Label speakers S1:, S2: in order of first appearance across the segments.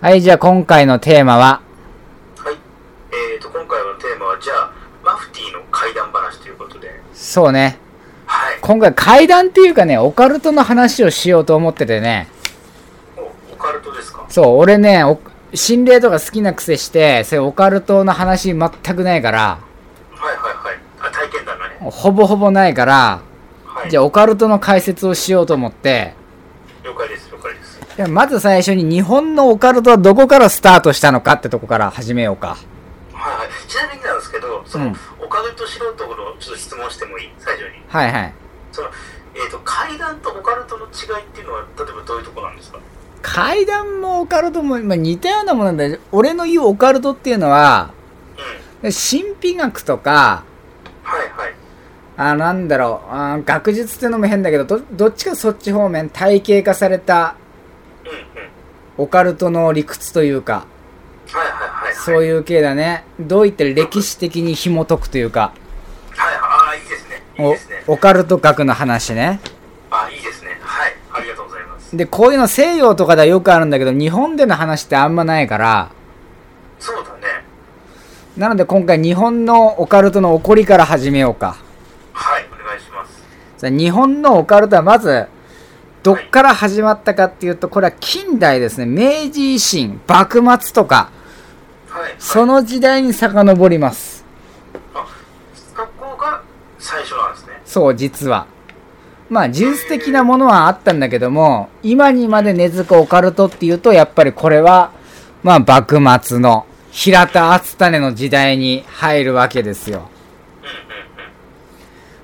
S1: はい、じゃあ今回のテーマは、
S2: はい。えーと、今回のテーマは、じゃあ、マフティーの怪談話ということで。
S1: そうね、
S2: はい。
S1: 今回怪談っていうかね、オカルトの話をしようと思っててね、
S2: おオカルトですか
S1: そう、俺ね、お心霊とか好きな癖して、そういうオカルトの話全くないから、
S2: はいはいはい。あ、体験談がね。
S1: ほぼほぼないから、
S2: はい。
S1: じゃあオカルトの解説をしようと思って、
S2: 了解です、了解です。
S1: でまず最初に日本のオカルトはどこからスタートしたのかってとこから始めようか。
S2: はいはい。ちなみになんですけど、その、
S1: うん
S2: オカルト素人のちょっと質問してもいい最初に。
S1: はいはい。
S2: その、えーと、怪談とオカルトの違いっていうのは、例えばどういうとこなんですか
S1: 怪談もオカルトも、まあ、似たようなもので、俺の言うオカルトっていうのは、
S2: うん。
S1: 神秘学とか、
S2: はいはい。
S1: あなんだろうあー、学術っていうのも変だけど、どどっちかそっち方面、体系化された
S2: うんうん。
S1: オカルトの理屈というか、
S2: はいはいはい、はい。
S1: そういう系だね。どういって歴史的に紐解くというか、
S2: はいはい。ああー、いいですね。いい
S1: お
S2: ですね。
S1: オカルト学の話ね。
S2: ああ、いいですね。はい。ありがとうございます。
S1: で、こういうの西洋とかではよくあるんだけど、日本での話ってあんまないから、
S2: そうだね。
S1: なので今回日本のオカルトの起こりから始めようか。
S2: はい。お願いします。
S1: さあ日本のオカルトはまず、どっから始まったかっていうと、これは近代ですね。明治維新、幕末とか、
S2: はい。
S1: その時代に遡ります。
S2: あ、学校が最初なんですね。
S1: そう、実は。まあ、技術的なものはあったんだけども、今にまで根付くオカルトっていうと、やっぱりこれは、まあ、幕末の平田篤胤の時代に入るわけですよ。
S2: うんう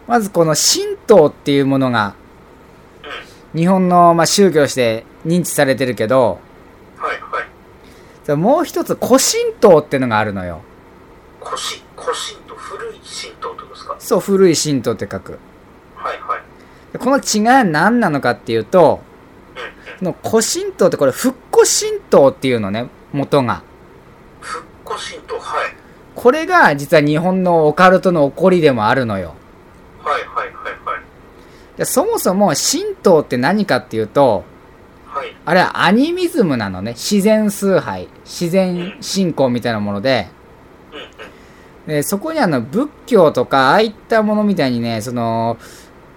S1: まずこの神道っていうものが、
S2: んうん。
S1: 日本の、まあ、宗教として認知されてるけど、
S2: うん。はいはい。
S1: それもう一つ、古神道っていうのがあるのよ。
S2: 古神、古神と古い神道ってことですか
S1: そう、古い神道って書く。
S2: はいはい。
S1: でこの違いは何なのかっていうと、
S2: うんうん。
S1: その古神道ってこれ復古神道っていうのね、元が。
S2: 復古神道、はい。
S1: これが実は日本のオカルトの起こりでもあるのよ。
S2: はいはいはいはい。
S1: でそもそも神道って何かっていうと、
S2: はい。
S1: あれはアニミズムなのね。自然崇拝、自然信仰みたいなもので、
S2: うんうん。
S1: でそこにあの仏教とかああいったものみたいにね、その、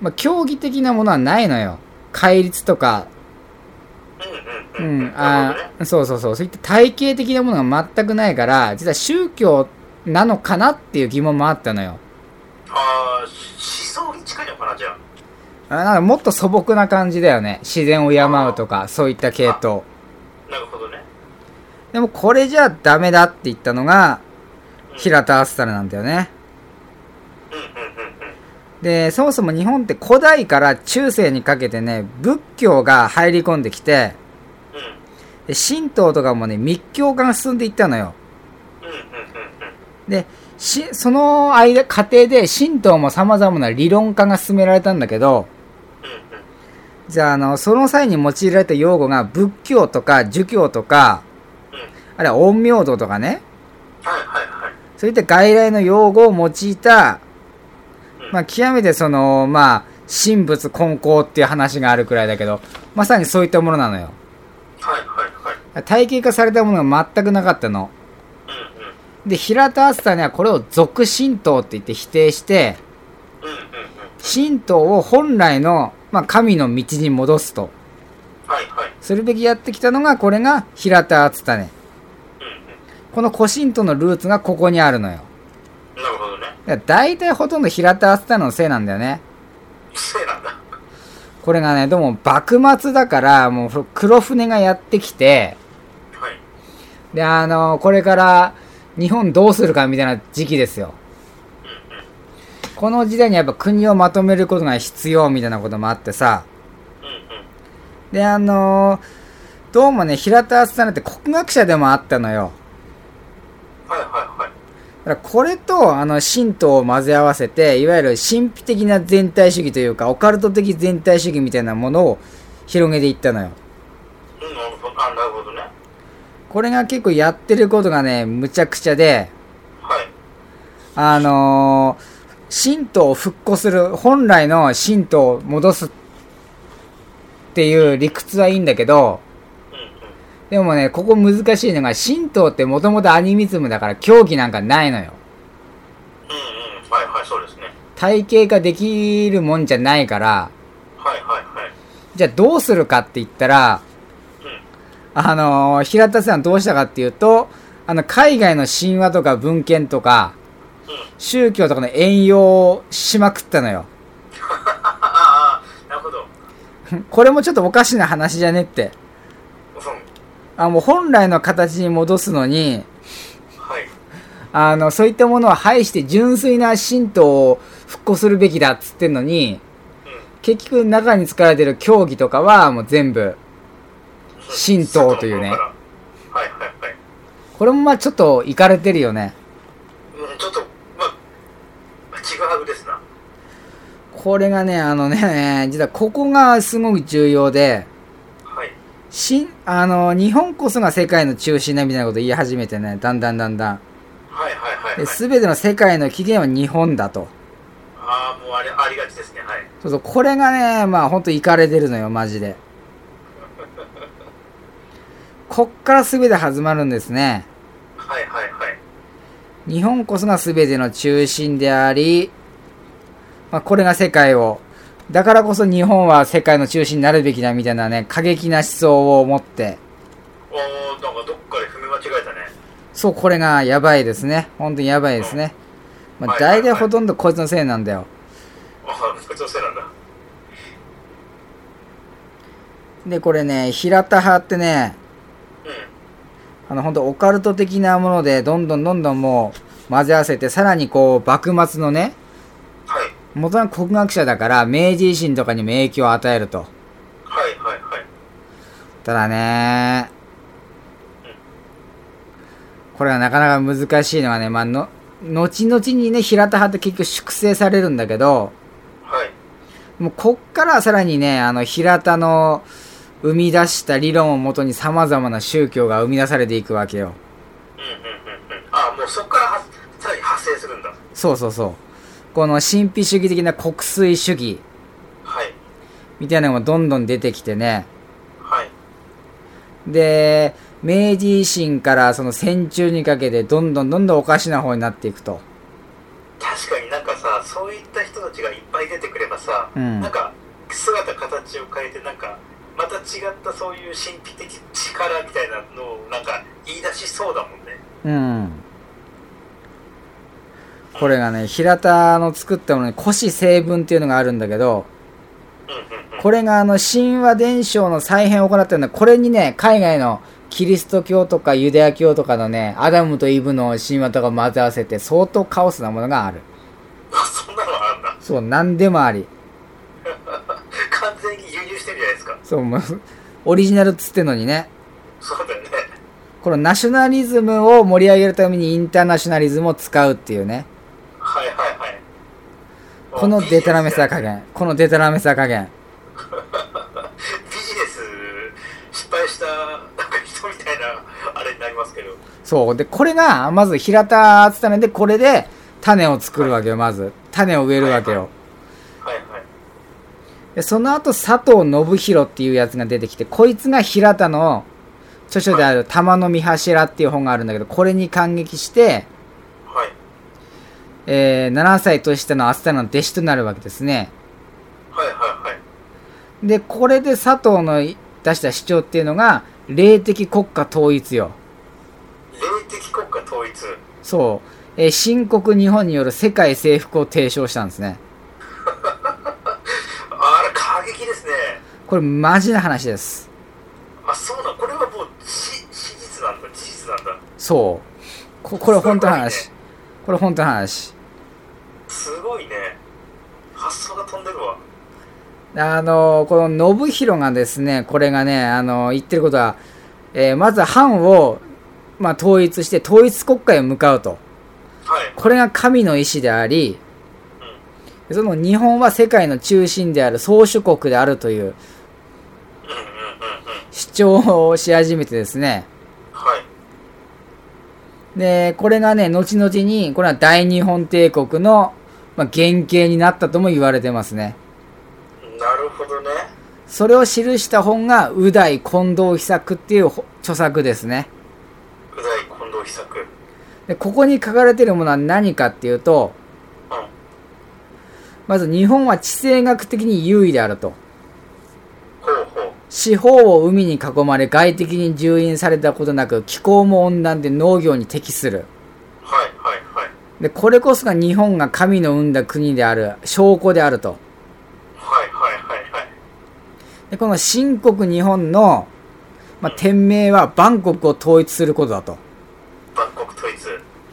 S1: まあ、教義的なものはないのよ。戒律とか、
S2: う
S1: うん
S2: うんうん。
S1: ん、
S2: なる
S1: あ
S2: ほどね。
S1: ーそうそうそう、そういった体系的なものが全くないから、実は宗教なのかなっていう疑問もあったのよ。
S2: ああ、し思想に近いのかな、じゃあ。
S1: あなんかもっと素朴な感じだよね。自然を敬うとか、そういった系統。
S2: なるほどね。
S1: でもこれじゃダメだって言ったのが、
S2: うん
S1: 平田敦胤なんだよね。
S2: うんうんうんうん。
S1: で、そもそも日本って古代から中世にかけてね、仏教が入り込んできて、
S2: うん。
S1: で神道とかもね、密教化が進んでいったのよ。
S2: うんうんうんうん。
S1: で、し、その間、過程で神道も様々な理論化が進められたんだけど、
S2: うんうん。
S1: じゃあ、あの、その際に用いられた用語が仏教とか儒教とか、
S2: うん
S1: あるいは陰陽道とかね、
S2: はいはいはい。
S1: そういった外来の用語を用いた、
S2: うん
S1: まあ、極めてその、まあ、神仏混交っていう話があるくらいだけど、まさにそういったものなのよ。
S2: はいはいはい。
S1: 体系化されたものが全くなかったの。
S2: う
S1: で、平田敦胤はこれを俗神道って言って否定して、
S2: んうん。うんうんうん。
S1: 神道を本来の、まあ、神の道に戻すと。
S2: はいはい。
S1: するべきやってきたのが、これが平田敦胤。
S2: うん
S1: この古神道のルーツがここにあるのよ。
S2: うん。なるほどね。
S1: だから大体ほとんど平田敦胤のせいなんだよね。
S2: せいなんだ。
S1: これがね、でも幕末だから、もう黒船がやってきて、
S2: はい。
S1: で、あの、これから日本どうするかみたいな時期ですよ。
S2: うんうん。
S1: この時代にやっぱ国をまとめることが必要みたいなこともあってさ、
S2: うんうん。
S1: で、あの、どうもね、平田敦胤って国学者でもあったのよ。
S2: はいはいは
S1: だ
S2: い。
S1: からこれとあの神道を混ぜ合わせていわゆる神秘的な全体主義というかオカルト的全体主義みたいなものを広げていったのよ
S2: うん、なるほどあ、なるほどね。
S1: これが結構やってることがねむちゃくちゃで
S2: はい。
S1: あのー神道を復古する本来の神道を戻すっていう理屈はいいんだけど
S2: うんうん。
S1: ででもね、ここ難しいのが、神道ってもともとアニミズムだから狂気なんかないのよ。
S2: うんうんはいはいそうですね
S1: 体系化できるもんじゃないから、
S2: はいはいはい
S1: じゃあどうするかって言ったら、
S2: うん
S1: あのー平田さんどうしたかっていうと、あの、海外の神話とか文献とか、
S2: うん
S1: 宗教とかの援用をしまくったのよ。
S2: ああ なるほど
S1: これもちょっとおかしな話じゃねって。
S2: うん
S1: あ、もう本来の形に戻すのに、
S2: はい
S1: あの、そういったものを排して純粋な神道を復興するべきだっつってんのに、
S2: う
S1: 結局中に使われてる教義とかはもう全部、
S2: ん
S1: 神道というね
S2: 佐藤の頃からはいはいはい
S1: これもまあちょっといかれてるよね。
S2: うんちょっとまあまあちぐはぐですな
S1: これがね、あのね、 実はここがすごく重要で、
S2: はい
S1: しあの、日本こそが世界の中心だみたいなこと言い始めてね、だんだんだんだん。
S2: はいはいはいはい
S1: すべての世界の起源は日本だと。
S2: ああもうあれありがちですねはい
S1: そうそう、これがね、まあほんといかれてるのよ、マジで。こっからすべて始まるんですね。
S2: はいはいはい
S1: 日本こそがすべての中心であり、まあこれが世界を。だからこそ日本は世界の中心になるべきだみたいなね、過激な思想を持って、
S2: おおなんかどっかで踏み間違えたね
S1: そう、これがやばいですね。本当にやばいですね。まあ、
S2: はいはいは
S1: 大
S2: い
S1: 体ほとんどこいつのせいなんだよ。
S2: ああ副長生なんだは
S1: で、これね、平田派ってね、あの、本当オカルト的なもので、どんどんどんどんもう混ぜ合わせて、さらにこう、幕末のね、
S2: い
S1: 元は国学者だから、明治維新とかにも影響を与えると。
S2: はいはいはい
S1: ただね、これがなかなか難しいのはね、まあ、の、後々にね、平田派って結局粛清されるんだけど、
S2: はい
S1: もうこっからはさらにね、あの、平田の生み出した理論をもとに様々な宗教が生み出されていくわけよ。
S2: うんうんうんうんああもうそこからはさらに発生するんだ
S1: そうそうそう。この神秘主義的な国粋主義
S2: はい
S1: みたいなのがどんどん出てきてね。
S2: はい
S1: で、明治維新からその戦中にかけてどんどんどんどんおかしな方になっていくと。
S2: 確かになんかさそういった人たちがいっぱい出てくればさ、
S1: うん
S2: なんか姿形を変えてなんかまた違ったそういう神秘的力みたいなのをなんか言い出しそうだもんね
S1: うん。これがね、平田の作ったものに古史成文っていうのがあるんだけど、
S2: うんうんうん
S1: これがあの神話伝承の再編を行ったんだ。これにね、海外のキリスト教とかユダヤ教とかのね、アダムとイブの神話とか混ぜ合わせて相当カオスなものがある。
S2: あそんなのあんだ
S1: そう、なんでもあり。
S2: 完全に輸入してるじゃないですか
S1: そう、もう、オリジナルっつってんのにね。
S2: そうだよね
S1: このナショナリズムを盛り上げるためにインターナショナリズムを使うっていうね。
S2: はいはいはい
S1: このデタラメさ加減。このデタラメさ加減。
S2: ビジネス失敗したなんか人みたいなあれになりますけど
S1: そう。で、これが、まず平田つためで、これで種を作るわけよ、まず。種を植えるわけよ。
S2: はいはい
S1: でその後佐藤信弘っていうやつが出てきてこいつが平田の著書である「玉の見柱」っていう本があるんだけどこれに感激して、
S2: はい
S1: えー7歳年下のアスタの弟子となるわけですね
S2: はいはいはい
S1: でこれで佐藤の出した主張っていうのが霊的国家統一よ
S2: 霊的国家統一
S1: そう、えー新国日本による世界征服を提唱したんですね
S2: あら過激ですね
S1: これマジな話です
S2: あそうなんこれはもうし史実なんだ事実なんだ
S1: そうここれ本当の
S2: す
S1: 話これ本当の話
S2: すごいね発想が飛んでるわ
S1: あのこの信弘がですね、これがね、あの言ってることは、えーまず藩を、まあ、統一して統一国家へ向かうと。
S2: はい
S1: これが神の意志であり、その日本は世界の中心である宗主国であるという
S2: うんうんうんうん
S1: 主張をし始めてですね。
S2: はい
S1: で、これがね、後々に、これは大日本帝国の、まあ、原型になったとも言われてますね。
S2: なるほどね
S1: それを記した本が、右大近藤秘作っていうほ著作ですね。
S2: うざい近藤秘作うん
S1: で、ここに書かれているものは何かっていうと、まず日本は地政学的に優位であると。
S2: ほうほう
S1: 四方を海に囲まれ外敵に従飲されたことなく気候も温暖で農業に適する。
S2: はいはいはい
S1: で、これこそが日本が神の生んだ国である証拠であると。
S2: はいはいはいはい
S1: で、この新国日本の、まあ、天命はバンコクを統一することだと。
S2: 万国統一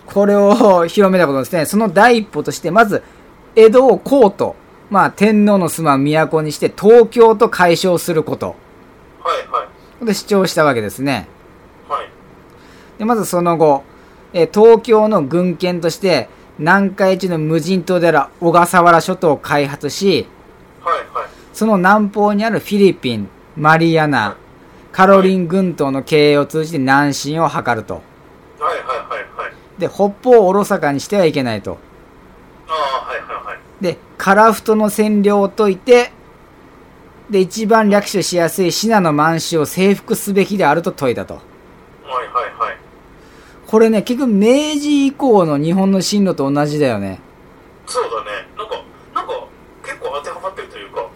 S1: これを広めたことですね。その第一歩として、まず、江戸を皇都、まあ天皇の住まう都にして東京と解消すること。
S2: はいはい
S1: で主張したわけですね。
S2: はい
S1: で、まずその後、えー東京の軍県として、南海中の無人島である小笠原諸島を開発し、
S2: はいはい
S1: その南方にあるフィリピン、マリアナ、カロリン群島の経営を通じて南進を図ると。
S2: はいはいはいはい
S1: で、北方をおろそかにしてはいけないと。
S2: ああはいはいはい
S1: で、樺太の占領を解いて、で、一番略取しやすい信濃満州を征服すべきであると説いたと。
S2: はいはいはい
S1: これね、結局明治以降の日本の進路と同じだよね。
S2: そうだねなんかなんか結構当てはまってるというか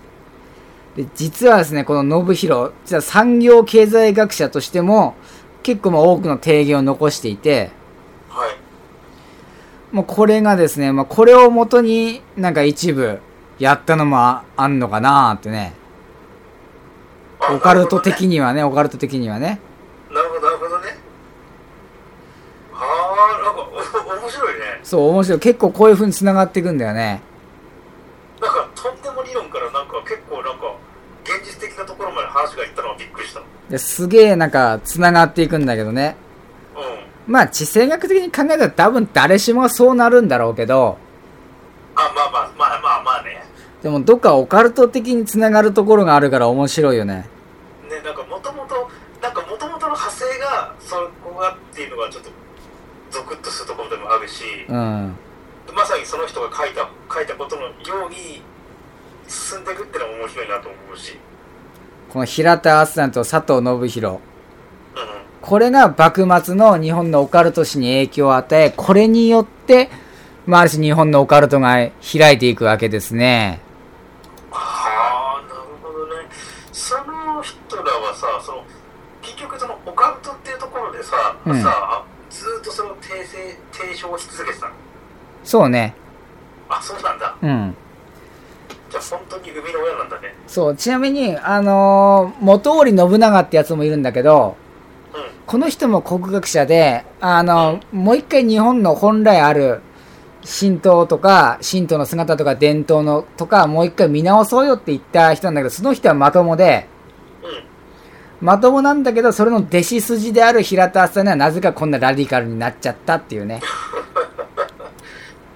S1: で、実はですね、この信弘、実は産業経済学者としても、結構まあ多くの提言を残していて、
S2: はい
S1: もうこれがですね、まあこれをもとになんか一部やったのもああんのかなーってね。
S2: あ
S1: オカルト的
S2: な
S1: にはね、オカルト的にはね。
S2: るほどなるほどねああなんかお面白いね
S1: そう、面白い。結構こういう風に繋がっていくんだよね。
S2: なんかとんでも理論からなんか結構なんか現実的なところまで話がいったのはびっくりしたうん
S1: ですげえなんか繋がっていくんだけどね。まあ、地政学的に考えたら多分誰しもがそうなるんだろうけど、
S2: あまあまあまあまあまあね
S1: でもどっかオカルト的に繋がるところがあるから面白いよね。
S2: ねなんかもともとなんかもともとの派生がそこがっていうのがちょっとゾクッとするところでもあるし、
S1: うん。
S2: まさにその人が書いた書いたことのように進んでいくってのも面白いなと思うし
S1: この平田敦さんと佐藤信弘。
S2: うんうん
S1: これが幕末の日本のオカルト史に影響を与え、これによって、まあ、ある種日本のオカルトが開いていくわけですね。
S2: はあなるほどねその人らはさその結局そのオカルトっていうところでさ、
S1: うん
S2: さずーっとその訂正提唱し続けてたの
S1: そうね。
S2: あそうなんだ
S1: うん。
S2: じゃあ本当に生みの親なんだね
S1: そう。ちなみに、あのー元織信長ってやつもいるんだけど、
S2: うんはい
S1: この人も国学者で、あの、もう一回日本の本来ある神道とか、神道の姿とか伝統のとか、もう一回見直そうよって言った人なんだけど、その人はまともで、
S2: うん
S1: まともなんだけど、それの弟子筋である平田さんにはなぜかこんなラディカルになっちゃったっていうね。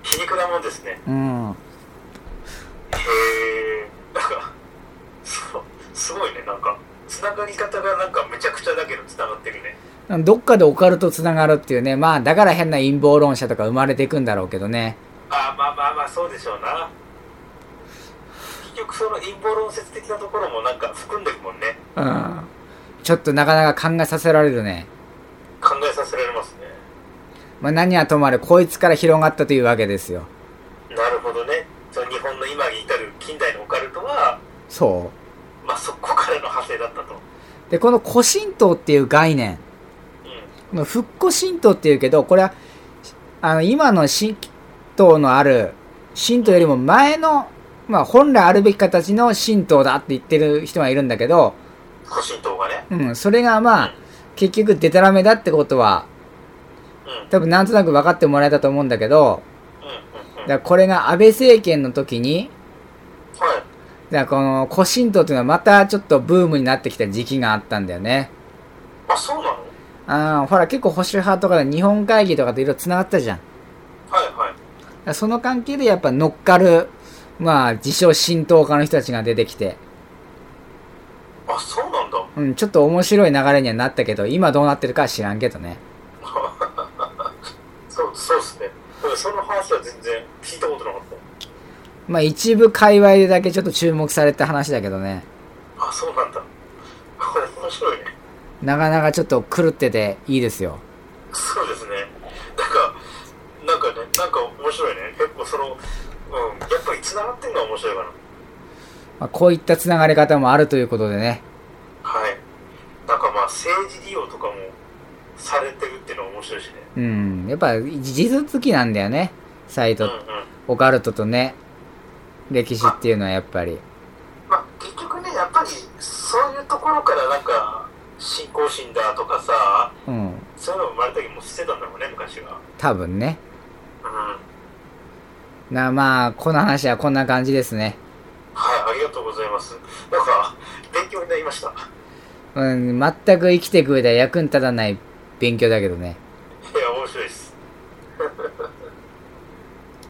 S2: 皮肉なもんですね
S1: うん。
S2: へえんかそうすごいねなんかつながり方がなんかめちゃくちゃだけどつながってるね
S1: どっかでオカルト繋がるっていうね。まあ、だから変な陰謀論者とか生まれていくんだろうけどね。
S2: あーまあまあまあそうでしょうな結局その陰謀論説的なところもなんか含んでるもんね
S1: うん。ちょっとなかなか考えさせられるね。
S2: 考えさせられますね
S1: まあ、何はともあれ、こいつから広がったというわけですよ。
S2: なるほどねその日本の今に至る近代のオカルトは
S1: そ
S2: まあそこからの派生だったと
S1: う。で、この古神道っていう概念。
S2: う
S1: この復古神道っていうけど、これは、あの、今の神道のある、神道よりも前の、まあ、本来あるべき形の神道だって言ってる人がいるんだけど、
S2: ん古神道がね
S1: うん、それがまあ、結局デタラメだってことは、
S2: うんうん
S1: 多分なんとなく分かってもらえたと思うんだけど、
S2: うん
S1: だ
S2: うん
S1: からこれが安倍政権の時に、
S2: はい
S1: だからこの古神道っていうのはまたちょっとブームになってきた時期があったんだよね。
S2: あそうなの
S1: ああ、ほら結構保守派とかで日本会議とかでいろいろ繋がったじゃん。
S2: はいはい
S1: だからその関係でやっぱ乗っかる、まあ、自称神道家の人たちが出てきて、
S2: あそうなんだ
S1: うん、ちょっと面白い流れにはなったけど、今どうなってるかは知らんけどね。
S2: そうそうっすねうんその話は全然聞いたことなかった
S1: まあ、一部界隈でだけちょっと注目された話だけどね。
S2: ああそうなんだ面白いね
S1: なかなかちょっと狂ってていいですよ。
S2: そうですねなんかなんかねなんか面白いね結構そのうんやっぱり繋がってるのは面白いかな
S1: まあ、こういったつながり方もあるということでね。
S2: はいなんかまあ政治利用とかもされてるっていうのは面白いしね
S1: うん。やっぱ、地図付きなんだよね。サイ
S2: うん
S1: ト
S2: う、ん
S1: オカルトとね、歴史っていうのはやっぱり。
S2: まあ、結局ね、やっぱりそういうところからなんか、信仰心だとかさ、
S1: うん。
S2: そういうの生まれた時もしてたんだろうね、昔は。
S1: 多分ね。
S2: うん。はい、
S1: な、まあ、この話はこんな感じですね。
S2: ありがとうございます。なんか、勉強になりました。
S1: うん、全く生きていく上では役に立たない勉強だけどね。